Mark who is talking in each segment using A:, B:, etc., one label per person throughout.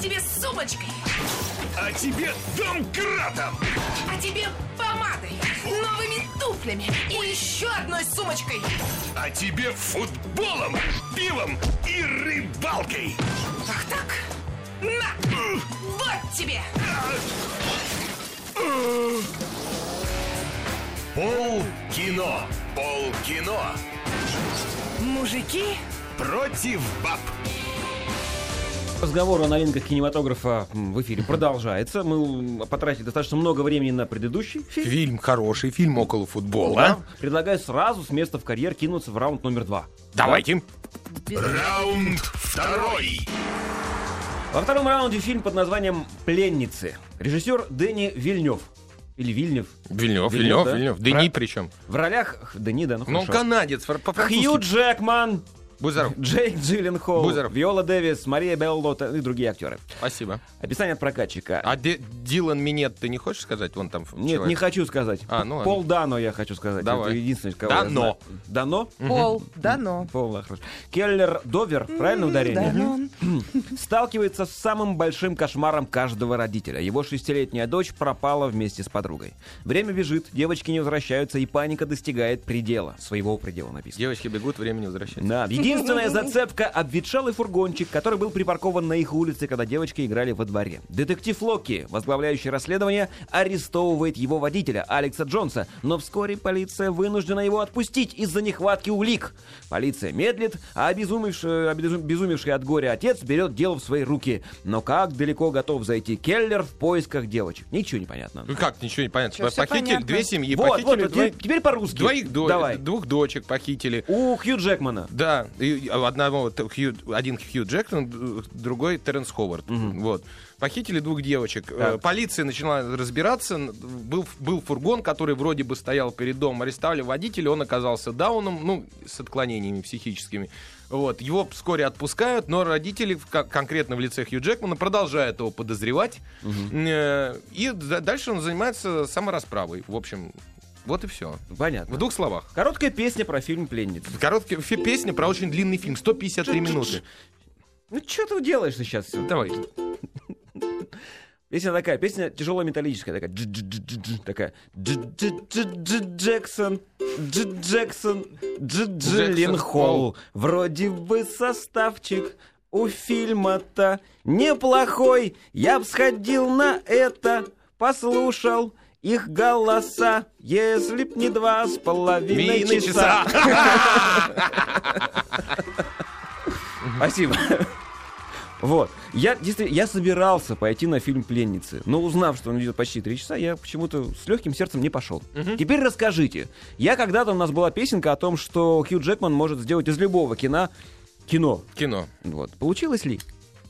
A: тебе сумочкой,
B: А тебе домкратом!
A: а тебе помадой, новыми туфлями и еще одной сумочкой.
B: А тебе футболом, пивом и рыбалкой!
A: Ах так? На! Вот тебе!
B: Пол кино! Пол кино!
A: Мужики
B: Против баб!
C: Разговор о новинках кинематографа м, в эфире продолжается. Мы м, потратили достаточно много времени на предыдущий фильм.
D: Фильм хороший, фильм около
C: Да.
D: футбола.
C: Предлагаю сразу с места в карьер кинуться в раунд номер два.
D: Давайте.
B: Раунд второй!
C: Во втором раунде фильм под названием «Пленницы». Режиссер Дэнни Вильнев. Или Вильнев. Вильнев,
D: Вильнев, Вильнев,
C: да?
D: Вильнев.
C: Про-
D: Дени причем.
C: В ролях... х, Дэнни, да, ну
D: Ну, он
C: хорошо.
D: канадец, фр- по-французски.
C: Хью Джекман,
D: Будь здоров.
C: Джейк Джилленхол,
D: Бузеров.
C: Виола Дэвис, Мария Беллота и другие актеры.
D: Спасибо.
C: Описание от прокатчика.
D: А Ди- Дилан Минет ты не хочешь сказать? Вон там
C: Нет,
D: человек.
C: не хочу сказать.
D: А, ну ладно.
C: Пол Дано я хочу сказать.
D: Давай.
C: Это единственное, кого я
D: Дано.
C: знаю. Дано?
E: Пол, дано.
C: Пол, да, хорошо. Келлер Довер, правильно ударение?
E: Дано.
C: Сталкивается с самым большим кошмаром каждого родителя. Его шестилетняя дочь пропала вместе с подругой. Время бежит, девочки не возвращаются, и паника достигает предела. Своего предела написано.
D: Девочки бегут, время не возвращается.
C: Да. Единственная зацепка — обветшалый фургончик, который был припаркован на их улице, когда девочки играли во дворе. Детектив Локи, возглавляющий расследование, арестовывает его водителя, Алекса Джонса, но вскоре полиция вынуждена его отпустить из-за нехватки улик. Полиция медлит, а обезумевший, обезу- обезумевший от горя отец берет дело в свои руки. Но как далеко готов зайти Келлер в поисках девочек? Ничего не понятно.
D: Ну как, ничего не понятно.
E: Чё, всё
D: похитили
E: понятно.
D: две семьи,
C: вот, вот,
D: похитили
C: вот,
D: двоих,
C: теперь- теперь по-русски.
D: двоих до-
C: Давай.
D: двух дочек похитили.
C: У Хью Джекмана.
D: Да, и одного вот Хью, один Хью Джексон, д- другой Теренс Ховард. Вот. Похитили двух девочек. Э, Полиция начала разбираться. Н- Был, ф- был фургон, который вроде бы стоял перед домом. Арестовали водителя, он оказался дауном, ну, с отклонениями психическими. Вот. Его вскоре отпускают, но родители, в ко- конкретно в лице Хью Джекмана, продолжают его подозревать. Э, И д- дальше он занимается саморасправой. В общем, вот и все.
C: Понятно.
D: В двух словах.
C: Короткая песня про фильм «Пленница».
D: Короткая фи- песня про очень длинный фильм, 153 минуты.
C: Ну что ты делаешь сейчас?
D: Давай.
C: Песня такая, песня тяжело металлическая, такая. «Дж-дж-дж-дж-дж», Такая. «Дж-дж-дж-дж-дж Джексон, Дж- Джексон, Дж- Джилленхол. Вроде бы составчик у фильма-то неплохой. Я б сходил на это, послушал их голоса, если б не два с половиной
D: Мина
C: часа.
D: часа.
C: Спасибо. Вот. Я, действи- я собирался пойти на фильм «Пленницы», но узнав, что он идет почти три часа, я почему-то с легким сердцем не пошел. Теперь расскажите. Я когда-то у нас была песенка о том, что Хью Джекман может сделать из любого кино кино.
D: Кино.
C: Вот. Получилось ли?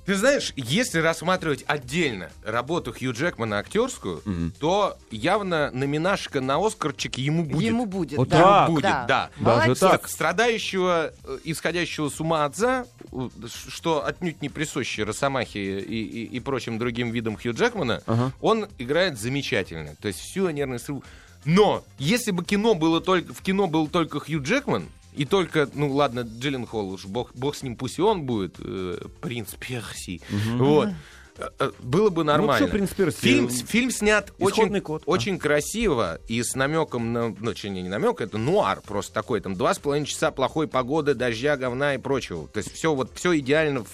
D: Ты знаешь, если рассматривать отдельно работу Хью Джекмана актерскую,
C: Мгм.
D: то явно номинашка на Оскарчик ему будет.
E: Ему будет,
C: Вот
E: да.
C: так.
D: Будет, да.
C: Даже
E: Молодец.
C: так.
D: Страдающего, э, исходящего с ума отца, э, ш- что отнюдь не присуще Росомахе и, и, и прочим другим видам Хью Джекмана,
C: Ага.
D: он играет замечательно. То есть всю нервную срыву. Но если бы кино было только, в кино был только Хью Джекман, и только, ну ладно, Джиллен Холл, уж бог, бог с ним, пусть и он будет, э, принц Перси. Вот. Э, э, Было бы нормально.
C: чё Ну, «Принц Перси»?
D: Фильм, с- фильм снят
C: Исходный
D: очень,
C: код. А.
D: очень красиво и с намеком на... Ну, точнее, не намек, это нуар просто такой. Там два с половиной часа плохой погоды, дождя, говна и прочего. То есть все вот, все идеально в,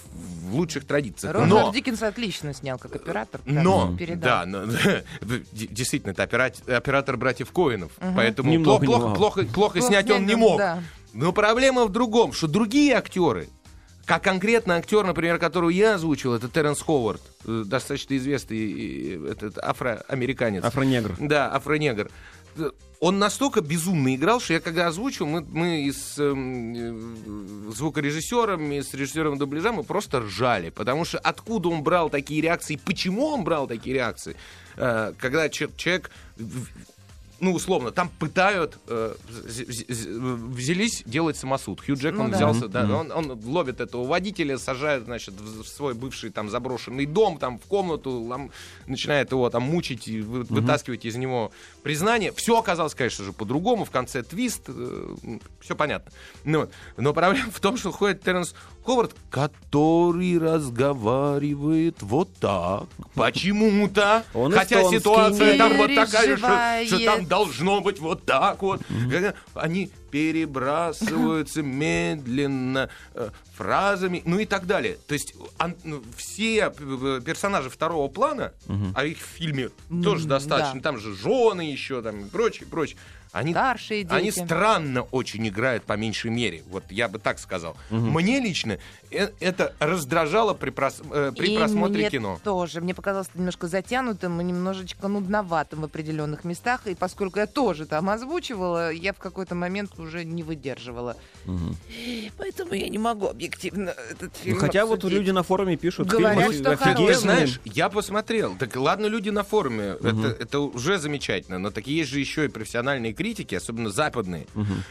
D: в лучших традициях.
E: Роджер
D: Но...
E: Диккенс отлично снял как оператор. прям
D: Но,
E: передал.
D: да, но- д- действительно, это опера- оператор братьев Коинов, поэтому
C: Ни много,
D: плохо,
C: ни
D: плохо,
C: мало.
D: плохо- плохо снять он не
E: снять,
D: мог.
E: да.
D: Но проблема в другом, что другие актеры, как конкретно актер, например, которого я озвучил, это Теренс Ховард, э, достаточно известный э, этот афроамериканец.
C: Афронегр.
D: Да, афронегр. Э, Он настолько безумно играл, что я когда озвучил, мы, мы и с эм, э, звукорежиссером, и с режиссером дубляжа мы просто ржали. Потому что откуда он брал такие реакции, почему он брал такие реакции, э, когда че- человек в- ну, условно, там пытают, э, з- з- з- взялись делать самосуд. Хью Джекман
E: Ну да.
D: взялся, да, он, он ловит этого водителя, сажает, значит, в в свой бывший там заброшенный дом, там, в комнату, лом- начинает его там мучить и вы- вытаскивать из него признание. Все оказалось, конечно же, э, по-другому, в конце твист, все понятно. Ну, вот. но проблема в том, что ходит Терренс Ховард, который разговаривает вот так, почему-то,
C: Он
D: хотя
C: эстонский,
D: ситуация
E: не
D: там вот такая, что,
E: переживает.
D: что там должно быть вот так вот. Они перебрасываются медленно э, фразами, ну и так далее. То есть ан- ну, все п- п- персонажи второго плана, а их в фильме тоже
E: М,
D: достаточно,
E: да.
D: там же жены еще, там и прочее, прочее. Они
E: Старшие дети.
D: они странно очень играют по меньшей мере. Вот я бы так сказал. Мне лично э- это раздражало при, прос- э, при
E: И
D: просмотре
E: мне
D: кино.
E: тоже. Мне показалось это немножко затянутым и немножечко нудноватым в определенных местах. И поскольку я тоже там озвучивала, я в какой-то момент уже не выдерживала. Поэтому я не могу объективно этот
C: Ну,
E: фильм
C: хотя вот
E: обсудить.
C: люди на форуме пишут,
E: Говорят,
C: фильм
E: что
C: офигенный.
D: Ты
E: хороший.
D: знаешь, я посмотрел. Так ладно, люди на форуме. Это, это уже замечательно. Но такие есть же еще и профессиональные критики, особенно западные.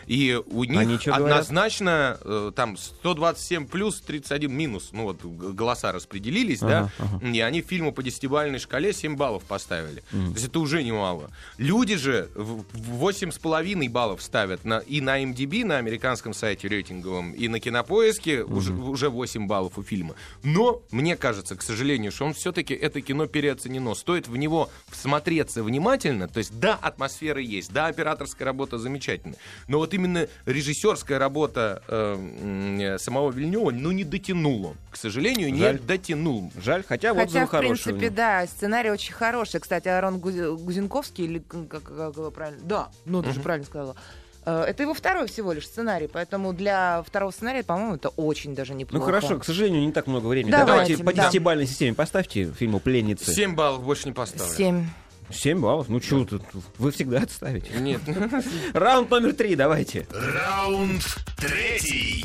D: И у них
C: Они чё говорят?
D: однозначно э, там 127 плюс, 31 минус. Ну вот г- голоса распределились,
C: Ага,
D: да? И они фильму по десятибалльной шкале 7 баллов поставили. То есть это уже немало. Люди же в- в 8,5 баллов ставят на, и на MDB, на американском сайте рейтинговом, и на кинопоиске уже, уже 8 баллов у фильма. Но мне кажется, к сожалению, что он все-таки это кино переоценено. Стоит в него всмотреться внимательно. То есть, да, атмосфера есть, да, операторская работа замечательная. Но вот именно режиссерская работа э, м, э, самого Вильнева, ну, не дотянул он. К сожалению,
C: Жаль.
D: не дотянул.
C: Жаль, хотя, вот
E: Хотя,
C: отзывы
E: в
C: хорошие. у
E: принципе,
C: него.
E: да, сценарий очень хороший. Кстати, Арон Гузи- Гузенковский, или как, как его правильно? Да, ну ты же правильно сказала. Э, Это его второй всего лишь сценарий, поэтому для второго сценария, по-моему, это очень даже неплохо.
C: Ну хорошо, к сожалению, не так много времени.
E: Давайте,
C: Давайте, по
E: да.
C: десятибалльной системе поставьте фильму «Пленницы».
D: 7 баллов больше не поставлю.
E: Семь.
C: 7 баллов? Ну чего тут? Вы всегда отставите.
D: Нет.
C: Раунд номер три, давайте.
B: Раунд третий.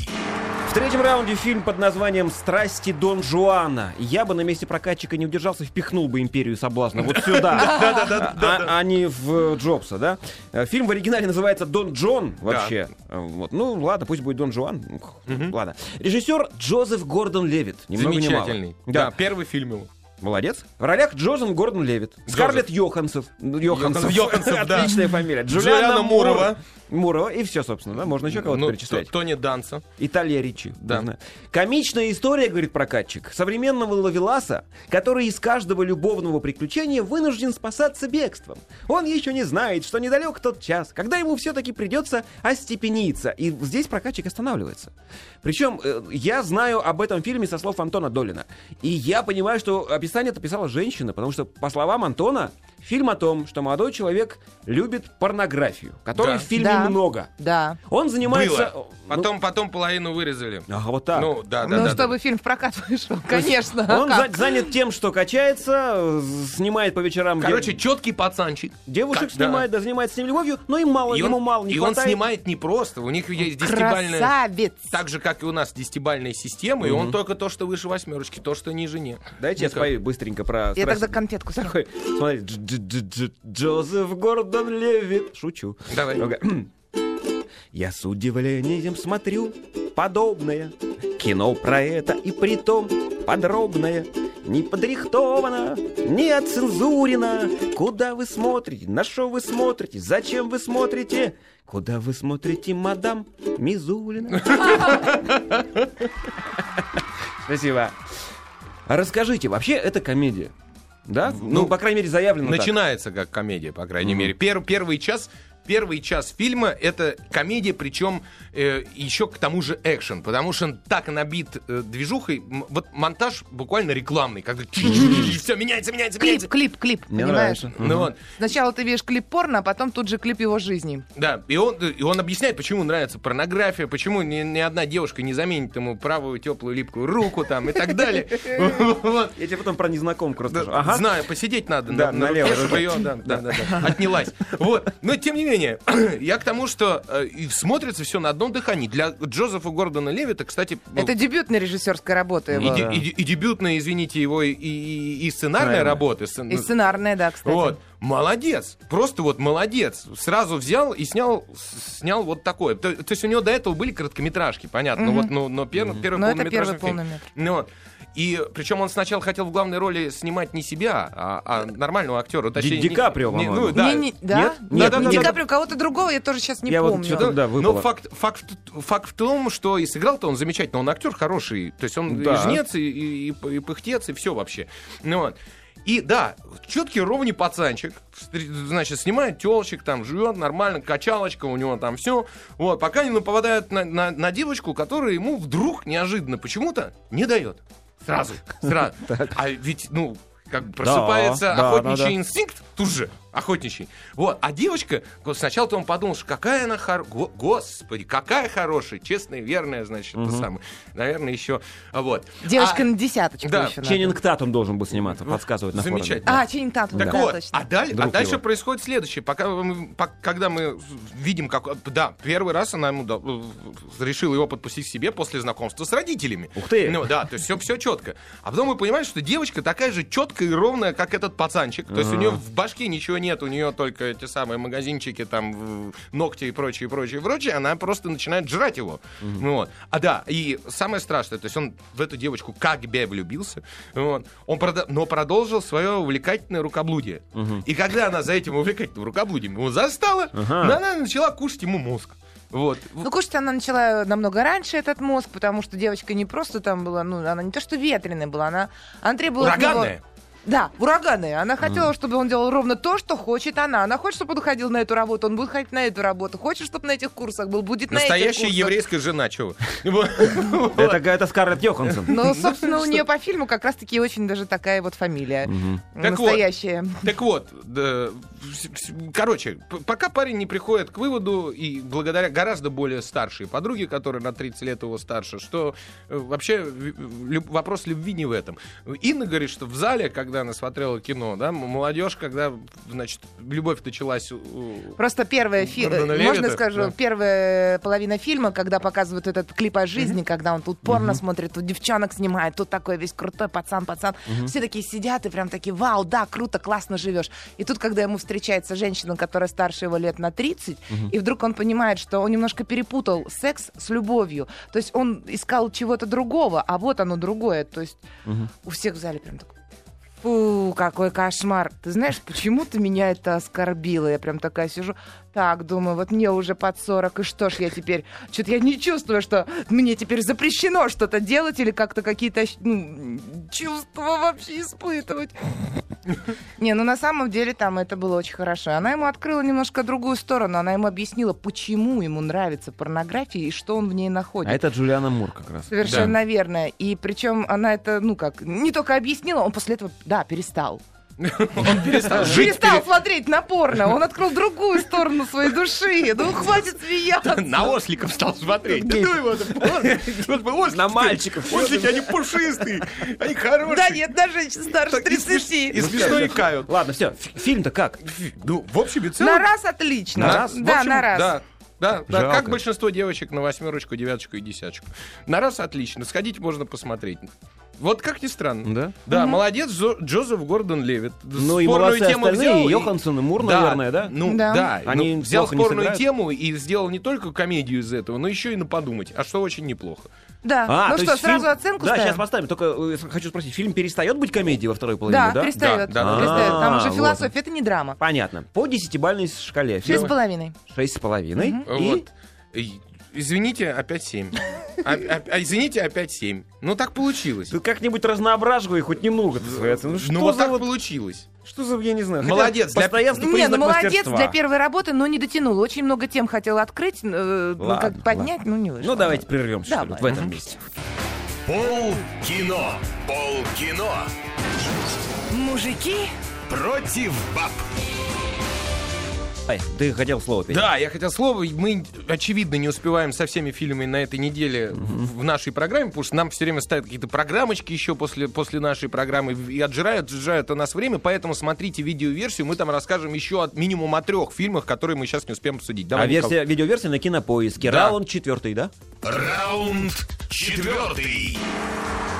C: В третьем раунде фильм под названием «Страсти Дон Жуана». Я бы на месте прокатчика не удержался, впихнул бы «Империю соблазна» вот сюда, а а не в э, Джобса, да? Э, Фильм в оригинале называется «Дон Джон» вообще. Э, Вот. Ну ладно, пусть будет «Дон Жуан». Ух, Ладно. Режиссер Джозеф Гордон Левит. Ни много, ни мало.
D: Замечательный. Да, первый фильм его.
C: Молодец. В ролях Джозеф Гордон Левит, Скарлетт Йоханссон, Йоханссон,
D: Йоханссон, да.
C: Отличная фамилия.
D: Джулиана
C: Мур-
D: Мурова.
C: Мурова, и все, собственно, да, можно еще кого-то
D: Ну,
C: перечислять.
D: Т- Тони Данса.
C: Италия Ричи.
D: Да.
C: не знаю. Комичная история, говорит прокатчик, современного ловеласа, который из каждого любовного приключения вынужден спасаться бегством. Он еще не знает, что недалек тот час, когда ему все-таки придется остепениться. И здесь прокатчик останавливается. Причем э, я знаю об этом фильме со слов Антона Долина. И я понимаю, что описание это писала женщина, потому что, по словам Антона, фильм о том, что молодой человек любит порнографию, которой
D: Да.
C: в фильме
E: Да.
C: много.
E: Да.
C: Он занимается...
D: Было.
C: Ну,
D: Потом, потом половину вырезали.
C: Ага, вот так.
D: Ну, да, да,
E: ну,
D: да,
E: чтобы фильм в прокат вышел, конечно. а
C: Он
E: как?
C: за- занят тем, что качается, э, снимает по вечерам
D: да.
C: де-
D: Короче, четкий пацанчик.
C: девушек
D: Как- да.
C: снимает, да. занимается с ним любовью, но им мало,
D: И
C: ему
D: он,
C: мало не
D: и он
C: хватает.
D: снимает не просто. У них есть десятибальная...
E: Красавец!
D: Так же, как и у нас, десятибальная система, и он только то, что выше восьмерочки, то, что ниже не.
C: Дайте я
D: Никак.
C: спою быстренько про...
E: Я
C: страсть.
E: тогда конфетку съем.
C: Такой, смотри, Дж- Дж- Дж- Дж- Джозеф Гордон Левит. Шучу.
D: Давай.
C: Ну-ка. Я с удивлением смотрю подобное кино про это и притом подробное. Не подрихтовано, не оцензурено. Куда вы смотрите? На что вы смотрите? Зачем вы смотрите? Куда вы смотрите, мадам Мизулина? Спасибо. А Расскажите, вообще это комедия? Да? Ну,
D: Ну,
C: по крайней мере, заявлено так.
D: Начинается как комедия, по крайней
C: Мгм.
D: мере. Пер- первый час... Первый час фильма это комедия, причем э, еще к тому же экшен, потому что он так набит э, движухой. М- вот монтаж буквально рекламный, когда все меняется, меняется, меняется.
E: Клип, клип, клип,
C: Мне
E: понимаешь?
C: нравится.
D: Ну вот.
E: Сначала ты видишь клип порно, а потом тут же клип его жизни.
C: Ну.
D: Да, и он, и он объясняет, почему нравится порнография, почему ни, ни одна девушка не заменит ему правую теплую липкую руку там и так далее. Вот.
C: Я тебе потом про незнакомку
D: Да,
C: расскажу. Ага.
D: Знаю, посидеть надо
C: Да,
D: на, на
C: налево,
D: руке,
C: да,
D: чтобы
C: да.
D: ее да, да, да, да, отнялась. Вот. Но тем не менее, я к тому, что э, и смотрится все на одном дыхании. Для Джозефа Гордона Левита, кстати, ну,
E: Это дебютная режиссерская работа
D: и,
E: его.
D: де- и де- и дебютная, извините, его и, и- и сценарная
C: Наверное.
D: работа. ну,
E: И сценарная, да, кстати.
D: Вот. Молодец. Просто вот молодец. Сразу взял и снял, с- снял вот такое. То, то есть у него до этого были короткометражки, понятно. Вот, ну, но, но пер- первый
E: Но это
D: полнометражный
E: первый
D: фильм.
E: полнометр.
D: Ну вот. И причем он сначала хотел в главной роли снимать не себя, а, а нормального актера. Точнее,
C: Ди
D: не-
C: Каприо,
D: не-
C: по-моему.
D: ну, да.
E: Не- не- да?
C: Нет?
E: Нет,
D: Да-да-да-да.
E: не Ди Каприо, кого-то другого я тоже сейчас не
C: Я вот
E: помню.
C: чё-то- да, выпало.
D: Но факт, факт, факт в том, что и сыграл-то он замечательно, он актер хороший. То есть он
C: Да.
D: и жнец, и, и- и пыхтец, и все вообще. Ну, вот. И да, четкий ровный пацанчик, встр- значит, снимает телочек, там живет нормально, качалочка у него там все. Вот, пока не нападает на, на- на девочку, которая ему вдруг неожиданно почему-то не дает. Сразу, сразу. А ведь, ну, как бы просыпается
C: да, да,
D: охотничий
C: да.
D: инстинкт тут же охотничий. Вот, а девочка, го- сначала-то он подумал, что какая она хорошая, господи, какая хорошая, честная, верная, значит, та самая. Наверное, еще, вот.
E: Девочка
D: А-
E: на десяточку
D: Да,
E: еще
C: Ченнинг Татум должен был сниматься, подсказывать на форуме.
D: Замечательно.
E: надо. А, Ченнинг Татум,
D: Так
E: да,
D: вот,
E: точно.
D: а, даль- а
C: Друг
D: дальше
C: его.
D: происходит следующее. Пока мы- пок- когда мы видим, как... Да, первый раз она ему да, решила его подпустить к себе после знакомства с родителями.
C: Ух ты!
D: Ну да, то есть все, четко. А потом мы понимаем, что девочка такая же четкая и ровная, как этот пацанчик. То есть у нее в башке ничего нет, у нее только те самые магазинчики, там, в- ногти и прочее, прочее, прочее. Она просто начинает жрать его. Ну Вот. А да, и самое страшное, то есть он в эту девочку как бе влюбился, вот. он прода- но продолжил свое увлекательное рукоблудие. И когда она за этим увлекательным рукоблудием его застала, она начала кушать ему мозг. Вот.
E: Ну, кушать она начала намного раньше этот мозг, потому что девочка не просто там была, ну, она не то что ветреная была, она, она требовала... от него-
D: Ураганная.
E: Да, ураганная. Она хотела, чтобы он делал ровно то, что хочет она. Она хочет, чтобы он ходил на эту работу, он будет ходить на эту работу. Хочет, чтобы на этих курсах был, будет на этих
D: Настоящая
E: курсах.
D: еврейская жена, чего?
C: Это какая-то Скарлетт Йоханссон.
E: Но, собственно, у нее по фильму как раз-таки очень даже такая вот фамилия.
D: Так вот.
E: Настоящая.
D: Так вот, да, с- с- короче, п- пока парень не приходит к выводу, и благодаря гораздо более старшей подруге, которая на 30 лет его старше, что э, вообще в- лю- вопрос любви не в этом. Инна говорит, что в зале, когда она смотрела кино, да, м- молодежь, когда, значит, любовь началась... у- у-
E: Просто первая фи-
D: Гордона
E: э,
D: Левита,
E: можно скажу,
D: да.
E: первая половина фильма, когда показывают этот клип о жизни, когда он тут порно смотрит, тут девчонок снимает, тут такой весь крутой пацан, пацан. Все такие сидят и прям такие, вау, да, круто, классно живешь. И тут, когда ему встречается женщина, которая старше его лет на 30, и вдруг он понимает, что он немножко перепутал секс с любовью. То есть он искал чего-то другого, а вот оно другое. То есть у всех в зале прям так. Фу, какой кошмар. Ты знаешь, почему ты меня это оскорбила? Я прям такая сижу. Так, думаю, вот мне уже под 40, и что ж я теперь? Что-то я не чувствую, что мне теперь запрещено что-то делать или как-то какие-то ощ- ну, чувства вообще испытывать. Не, ну на самом деле там это было очень хорошо. Она ему открыла немножко другую сторону. Она ему объяснила, почему ему нравится порнография и что он в ней находит.
C: А это Джулиана Мур как раз.
E: Совершенно верно. И причем она это, ну как, не только объяснила, он после этого, да, перестал.
D: Он перестал жить.
E: перестал смотреть на порно. Он открыл другую сторону своей души. Ну, хватит смеяться.
D: На осликов стал смотреть. Да ну его, да поздно. Вот бы ослики.
C: На мальчиков.
D: Ослики, они пушистые, они хорошие.
E: Да нет, на женщин старше
D: Так и смеш- И
E: 30.
D: смешно икают.
C: Ладно, все, фильм-то как?
D: Ну, в общем и целом...
E: На раз отлично.
D: На
C: раз?
E: Да,
D: в общем,
E: на раз.
D: Да. Да, да,
C: Жалко.
D: как большинство девочек на восьмерочку, девяточку и десяточку. На раз отлично, сходить можно посмотреть. Вот как ни странно.
C: Да?
D: Да, молодец Зо- Джозеф Гордон Левит.
C: Ну и молодцы остальные, и Йоханссон, и Мур, наверное, да?
D: Ну
E: Да.
D: да,
C: Они
D: Они взял
C: плохо не
D: спорную
C: сыграют.
D: тему и сделал не только комедию из этого, но еще и на подумать, а что очень неплохо.
E: Да.
C: А,
E: Ну
C: то
E: что,
C: есть фильм-
E: сразу оценку
C: Да, сейчас
E: ставим?
C: поставим. Только э, с- хочу спросить, фильм перестает быть комедией во второй половине,
E: Да,
C: да?
E: перестает.
D: Да, да, да.
E: Перестает. Там
C: А,
E: уже
C: вот.
E: философия, это не драма.
C: Понятно. По десятибальной шкале.
E: Шесть с
C: фильм
E: половиной.
C: Шесть с половиной. И
D: Вот. И- Извините, опять семь. А- а- а Извините, опять семь. Ну так получилось.
C: ты как-нибудь разноображивай хоть немного. ты свои оценки. Ну
D: Ну
C: что
D: вот
C: за
D: так
C: вот-
D: получилось.
C: что за, я не знаю.
D: Молодец, для-
C: Постоянство
E: Не, ну
C: признак
E: молодец
C: мастерства.
E: для первой работы, но не дотянул. Очень много тем хотел открыть, э, ну,
C: Ладно,
E: как поднять, ну не вышло.
C: Ну давайте прервемся, что ли,
E: Давай.
C: вот в этом месте.
B: Пол кино. Пол кино.
A: Мужики
B: Против баб.
C: Ай, ты хотел слово перейти.
D: Да, я хотел слово. Мы, очевидно, не успеваем со всеми фильмами на этой неделе в в нашей программе, потому что нам все время ставят какие-то программочки еще после, после нашей программы и отжирают, отжирают у нас время, поэтому смотрите видеоверсию, мы там расскажем еще от, минимум о трех фильмах, которые мы сейчас не успеем обсудить. Давай,
C: А версия, видеоверсия на кинопоиске.
D: Да.
C: Раунд четвертый, да?
B: Раунд четвертый.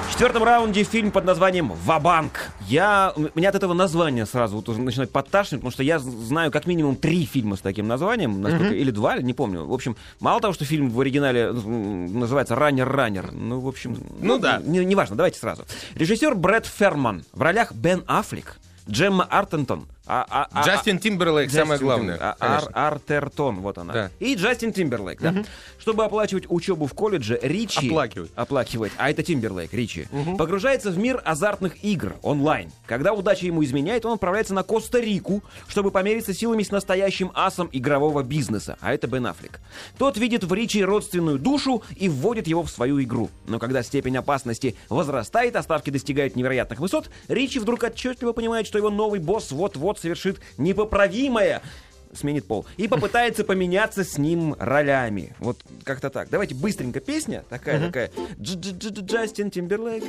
C: В четвертом раунде фильм под названием «Вабанк». Я, м- меня от этого названия сразу вот уже начинает подташнивать, потому что я з- знаю как минимум три фильма с таким названием, насколько- или два, не помню. В общем, мало того, что фильм в оригинале м, называется «Раннер-раннер», ну, в общем...
D: Ну да.
C: Не, неважно, давайте сразу. Режиссер Брэд Ферман. В ролях Бен Аффлек, Джемма Артентон. а- а- а-
D: Джастин Тимберлейк, самое
C: Джастин
D: главное.
C: Тим- а-
D: конечно.
C: Ар- Артертон, вот она.
D: Да.
C: И Джастин Тимберлейк, да. Чтобы оплачивать учебу в колледже, Ричи...
D: Оплакивает.
C: Оплакивает. А это Тимберлейк, Ричи. Погружается в мир азартных игр онлайн. Когда удача ему изменяет, он отправляется на Коста-Рику, чтобы помериться силами с настоящим асом игрового бизнеса. А это Бен Аффлек. Тот видит в Ричи родственную душу и вводит его в свою игру. Но когда степень опасности возрастает, а ставки достигают невероятных высот, Ричи вдруг отчетливо понимает, что его новый босс вот-вот совершит непоправимое сменит пол. И попытается поменяться с ним ролями. Вот как-то так. Давайте быстренько песня. Такая, такая. Дж-дж-дж-дж- Джастин Тимберлейк.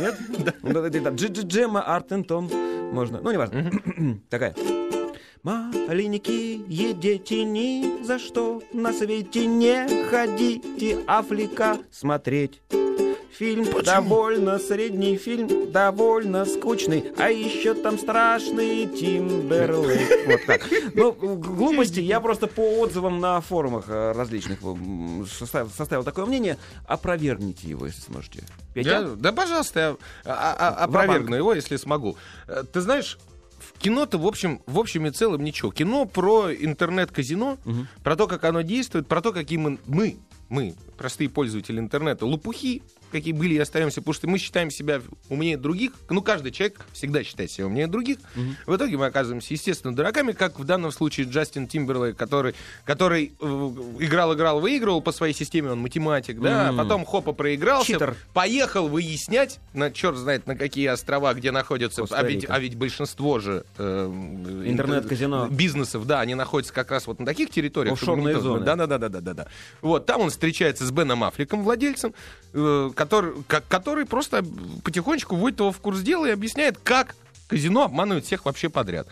C: Нет? Вот это там Дж-дж- Джема Артентон. Можно. Ну, неважно. Такая. Маленькие дети, ни за что на свете не ходите Африка смотреть. Фильм довольно средний, фильм довольно скучный, а еще там страшный Тимберлейк. Вот так. Ну, г- глупости, я просто по отзывам на форумах э, различных м, состав- составил такое мнение. Опровергните его, если сможете.
D: Я-
C: Петя?
D: да, пожалуйста, я а- а- а-
C: Ва-банк.
D: опровергну его, если смогу. Э, Ты знаешь, в кино-то, в общем, в общем и целом ничего. Кино про интернет-казино, про то, как оно действует, про то, какие мы, мы, мы, простые пользователи интернета, лопухи, какие были и остаемся, потому что мы считаем себя умнее других. Ну, каждый человек всегда считает себя умнее других. В итоге мы оказываемся, естественно, дураками, как в данном случае Джастин Тимберлейк, который, который э, играл, играл, выигрывал по своей системе, он математик, да,
C: Мгм.
D: а потом хопа проигрался,
C: Читер.
D: поехал выяснять, на черт знает на какие острова, где находятся, а ведь,
C: Коста-Рика.
D: а ведь большинство же э, м,
C: Интернет-казино.
D: интер- бизнесов, да, они находятся как раз вот на таких территориях.
C: Офшорные зоны.
D: Да, да, да, да, да, да, да. Вот там он встречается с Беном Африком, владельцем, э, который, ко- который просто потихонечку вводит его в курс дела и объясняет, как казино обманывает всех вообще подряд.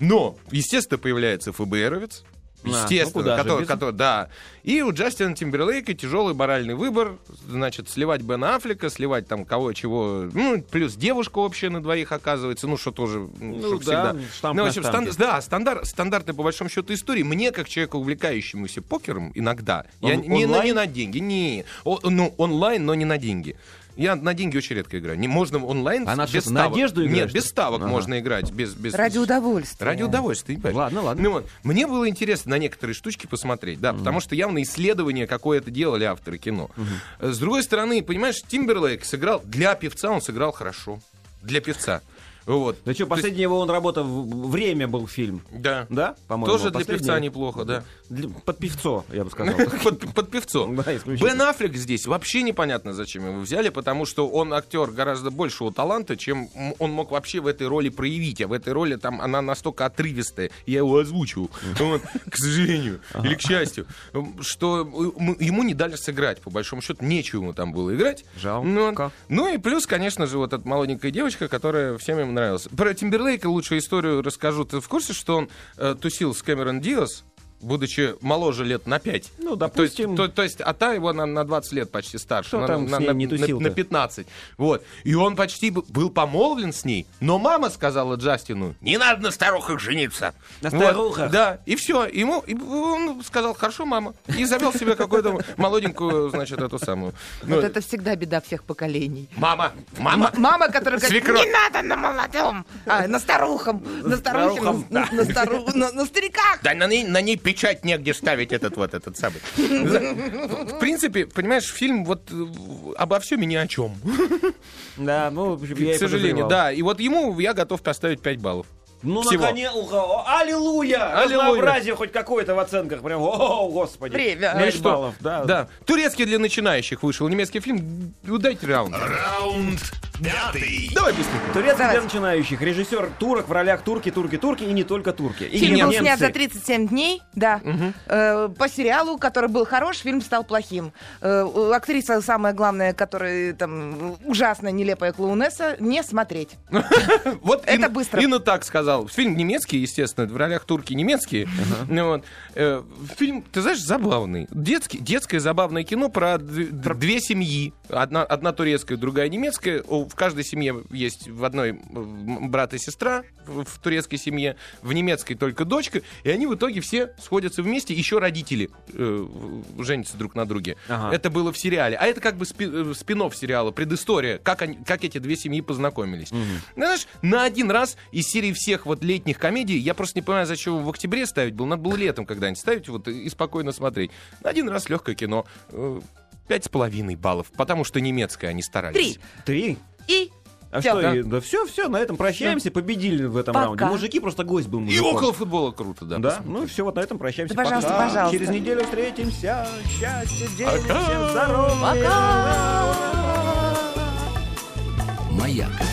D: Но, естественно, появляется ФБРовец,
C: А, ну
D: Естественно,
C: куда же
D: который,
C: без-
D: который- да. И у Джастина Тимберлейка тяжелый моральный выбор, значит, сливать Бена Аффлека, сливать там кого чего, ну, плюс девушка общая на двоих оказывается, ну, что тоже, ну, чтоб
C: да,
D: всегда.
C: штамп
D: ну, в
C: на
D: общем,
C: штампе.
D: стан- да, стандар- стандартная, по большому счету, история. Мне, как человеку, увлекающемуся покером, иногда,
C: Он-
D: я не, на, не
C: онлайн?
D: на деньги, не, О- ну, онлайн, но не на деньги. Я на деньги очень редко играю. Не можно онлайн
C: А на
D: без
C: что, на
D: ставок.
C: одежду играешь,
D: Нет, без
C: что ли?
D: ставок
C: Ага.
D: можно играть. Без, без...
E: Ради удовольствия.
D: Ради удовольствия, ты понимаешь?
C: Ладно, ладно.
D: Ну вот, мне было интересно на некоторые штучки посмотреть, да, потому что явно исследование какое-то делали авторы кино. Э, С другой стороны, понимаешь, Тимберлейк сыграл, для певца он сыграл хорошо. Для певца. Вот.
C: Да что,
D: То есть-
C: последний его он работа в- «Время» был фильм.
D: Да.
C: Да, по-моему.
D: Тоже для
C: последний.
D: певца неплохо, да.
C: Для- Под певцо, я бы сказал.
D: Под, под певцом.
C: Да, исключительно.
D: Бен Аффлек здесь вообще непонятно, зачем его взяли, потому что он актер гораздо большего таланта, чем м- он мог вообще в этой роли проявить. А в этой роли там она настолько отрывистая, я его озвучивал, Вот, к сожалению, или к счастью, м, что э, м- ему не дали сыграть, по большому счету, нечего ему там было играть.
C: Жалко.
D: Ну, он- ну и плюс, конечно же, вот эта молоденькая девочка, которая всем им нравилась. Про Тимберлейка лучшую историю расскажу. Ты в курсе, что он э, тусил с Кэмерон Диас, будучи моложе лет на 5?
C: Ну, допустим.
D: То есть, то- то есть а та его на, на 20 лет почти старше.
C: Кто
D: на,
C: там
D: на-
C: с ней
D: на-
C: не
D: на-
C: тусил-то?
D: на 15. Вот. И он почти б- был помолвлен с ней, но мама сказала Джастину, не надо на старухах жениться.
C: На
D: Вот.
C: старухах?
D: Да, и все. Ему, и он сказал, хорошо, мама. И завел себе какую-то молоденькую, значит, эту самую. Ну,
E: Вот это всегда беда всех поколений.
D: Мама, мама,
E: М- Мама, которая говорит,
D: Свекровь.
E: не надо на молодом, а, на старухом, на старухе, на,
C: старухом, да.
E: на стару- на- на стариках.
D: Да на ней, на ней печать негде ставить этот вот этот самый. В принципе, понимаешь, фильм вот э, обо всем и ни о чем.
C: Да, ну, в общем, я и
D: К сожалению,
C: подозревал.
D: да. И вот ему я готов поставить 5 баллов.
C: Ну,
D: Всего.
C: наконец, уха- о, аллилуйя!
D: Аллилуйя!
C: Разнообразие хоть какое-то в оценках. Прям, о, господи.
E: Время.
C: Пять
D: Ну и что?
C: баллов, да.
D: Да. Турецкий для начинающих вышел немецкий фильм. Ну, дайте раунд.
B: Раунд Пятый.
D: Давай быстренько.
C: Турецкий для
E: Давайте.
C: начинающих. Режиссер турок в ролях турки, турки, турки и не только турки. И
E: Фильм был
C: немцы.
E: снят за 37 дней, да. Э, по сериалу, который был хорош, фильм стал плохим. Э, у- актриса, самое главное, которая там ужасная, нелепая клоунесса, не смотреть.
D: Вот
E: Это
D: Инна-
E: быстро.
D: Инна так сказал. Фильм немецкий, естественно, в ролях турки немецкие. Ну вот. Э, Фильм, ты знаешь, забавный. Детский, детское забавное кино про д- д- две семьи. Одна, одна турецкая, другая немецкая. У- В каждой семье есть в одной м, брат и сестра, в в турецкой семье, в немецкой только дочка. И они в итоге все сходятся вместе. Еще родители э, в- женятся друг на друге.
C: Ага.
D: Это было в сериале. А это как бы спи- э, спин-офф сериала, предыстория, как, они, как эти две семьи познакомились. Ну, Знаешь, на один раз из серии всех вот летних комедий, я просто не понимаю, зачем его в октябре ставить было. Надо было летом когда-нибудь ставить вот, и и спокойно смотреть. На один раз легкое кино. Э, Пять с половиной баллов, потому что немецкое они старались.
E: Три.
C: Три?
E: И
C: А
E: Всё,
C: что,
E: да.
C: и- да все, все, на этом прощаемся, победили в этом
E: Пока.
C: раунде. Мужики просто гость был
D: И
C: мужиком.
D: около футбола круто, да.
C: Да, ну и все, вот на этом прощаемся.
E: Да, пожалуйста,
C: Пока.
E: пожалуйста.
C: Через неделю встретимся. Счастья, денег,
D: Пока.
C: всем здоровья.
E: пока!
F: Маяк.